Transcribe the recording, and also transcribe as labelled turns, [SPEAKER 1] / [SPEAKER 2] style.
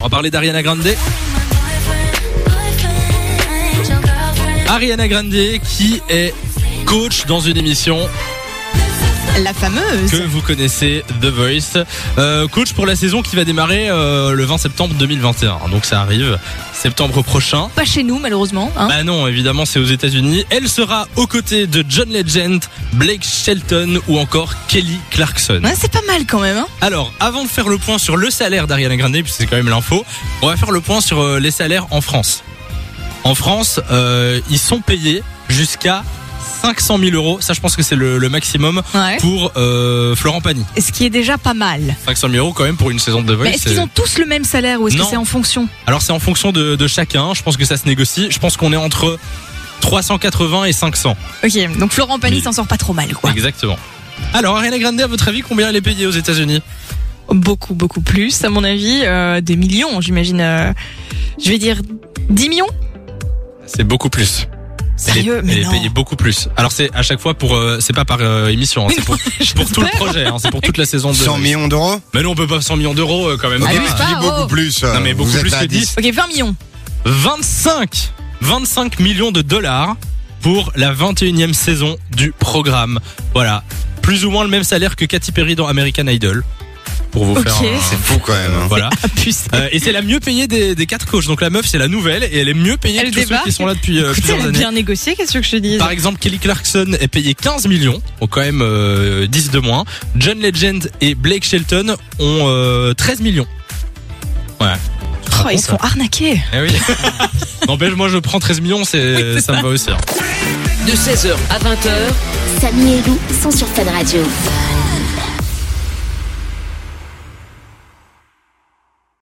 [SPEAKER 1] On va parler d'Ariana Grande. Ariana Grande qui est coach dans une émission
[SPEAKER 2] La fameuse.
[SPEAKER 1] que vous connaissez, The Voice. Euh, coach pour la saison qui va démarrer euh, le 20 septembre 2021. Donc ça arrive septembre prochain.
[SPEAKER 2] Pas chez nous, malheureusement. hein.
[SPEAKER 1] Bah non, évidemment, c'est aux États-Unis. Elle sera aux côtés de John Legend, Blake Shelton ou encore Kelly Clarkson.
[SPEAKER 2] Ouais, c'est pas mal quand même. hein.
[SPEAKER 1] Alors, avant de faire le point sur le salaire d'Ariana Grande, puisque c'est quand même l'info, on va faire le point sur euh, les salaires en France. En France, euh, ils sont payés jusqu'à 500 000 euros. Ça, je pense que c'est le, le maximum
[SPEAKER 2] Ouais.
[SPEAKER 1] pour euh, Florent Pagny.
[SPEAKER 2] Et Ce qui est déjà pas mal.
[SPEAKER 1] 500 000 euros quand même pour une saison de The Voice.
[SPEAKER 2] Mais est-ce qu'ils
[SPEAKER 1] c'est-
[SPEAKER 2] ont tous le même salaire ou est-ce que
[SPEAKER 1] Non.
[SPEAKER 2] c'est en fonction
[SPEAKER 1] Alors, c'est en fonction de, de chacun. Je pense que ça se négocie. Je pense qu'on est entre 380 et 500.
[SPEAKER 2] Ok, donc Florent Pagny
[SPEAKER 1] Mais-
[SPEAKER 2] s'en sort pas trop mal, quoi.
[SPEAKER 1] Exactement. Alors, Ariana Grande, à votre avis, combien elle est payée aux États-Unis
[SPEAKER 2] Beaucoup, beaucoup plus, à mon avis. euh, des millions, j'imagine. euh, je vais dire 10 millions
[SPEAKER 1] C'est beaucoup plus. Elle est-
[SPEAKER 2] Sérieux
[SPEAKER 1] elle
[SPEAKER 2] Mais
[SPEAKER 1] est
[SPEAKER 2] non.
[SPEAKER 1] payée beaucoup plus. Alors c'est à chaque fois pour euh, c'est pas par euh, émission, hein, c'est pour, pour tout le projet, hein, c'est pour toute la saison de
[SPEAKER 3] 100 millions d'euros
[SPEAKER 1] Mais non, on peut pas 100 millions d'euros euh, quand même.
[SPEAKER 2] Ah
[SPEAKER 3] Ok,
[SPEAKER 2] oui,
[SPEAKER 3] tu
[SPEAKER 2] pas,
[SPEAKER 3] dis
[SPEAKER 2] oh.
[SPEAKER 3] beaucoup plus. euh,
[SPEAKER 1] Non, mais beaucoup
[SPEAKER 3] vous êtes
[SPEAKER 1] plus
[SPEAKER 3] à
[SPEAKER 1] que 10.
[SPEAKER 2] Ok, 20 millions.
[SPEAKER 1] 25 25 millions de dollars pour la 21e saison du programme. Voilà, plus ou moins le même salaire que Katy Perry dans American Idol. Pour vous
[SPEAKER 2] Ok.
[SPEAKER 1] faire un-
[SPEAKER 2] C'est
[SPEAKER 3] fou quand même, hein.
[SPEAKER 1] Voilà.
[SPEAKER 2] Ah, puce.
[SPEAKER 1] Euh, et c'est la mieux payée des, des quatre coachs. Donc la meuf, c'est la nouvelle et elle est mieux payée
[SPEAKER 2] Elle
[SPEAKER 1] que tous
[SPEAKER 2] débarque.
[SPEAKER 1] ceux qui sont là depuis euh,
[SPEAKER 2] Écoutez,
[SPEAKER 1] plusieurs
[SPEAKER 2] elle a
[SPEAKER 1] années.
[SPEAKER 2] bien négocié, qu'est-ce que je te dis
[SPEAKER 1] Par exemple, Kelly Clarkson est payé 15 millions, donc quand même euh, 10 de moins. John Legend et Blake Shelton ont euh, 13 millions. Ouais. Tu te rends
[SPEAKER 2] Oh, ils
[SPEAKER 1] compte,
[SPEAKER 2] sont arnaqués.
[SPEAKER 1] Eh oui. N'empêche, moi je prends 13 millions, c'est ça me va aussi. hein.
[SPEAKER 4] de 16h à 20h.
[SPEAKER 5] Samy et Lou sont sur Fan Radio.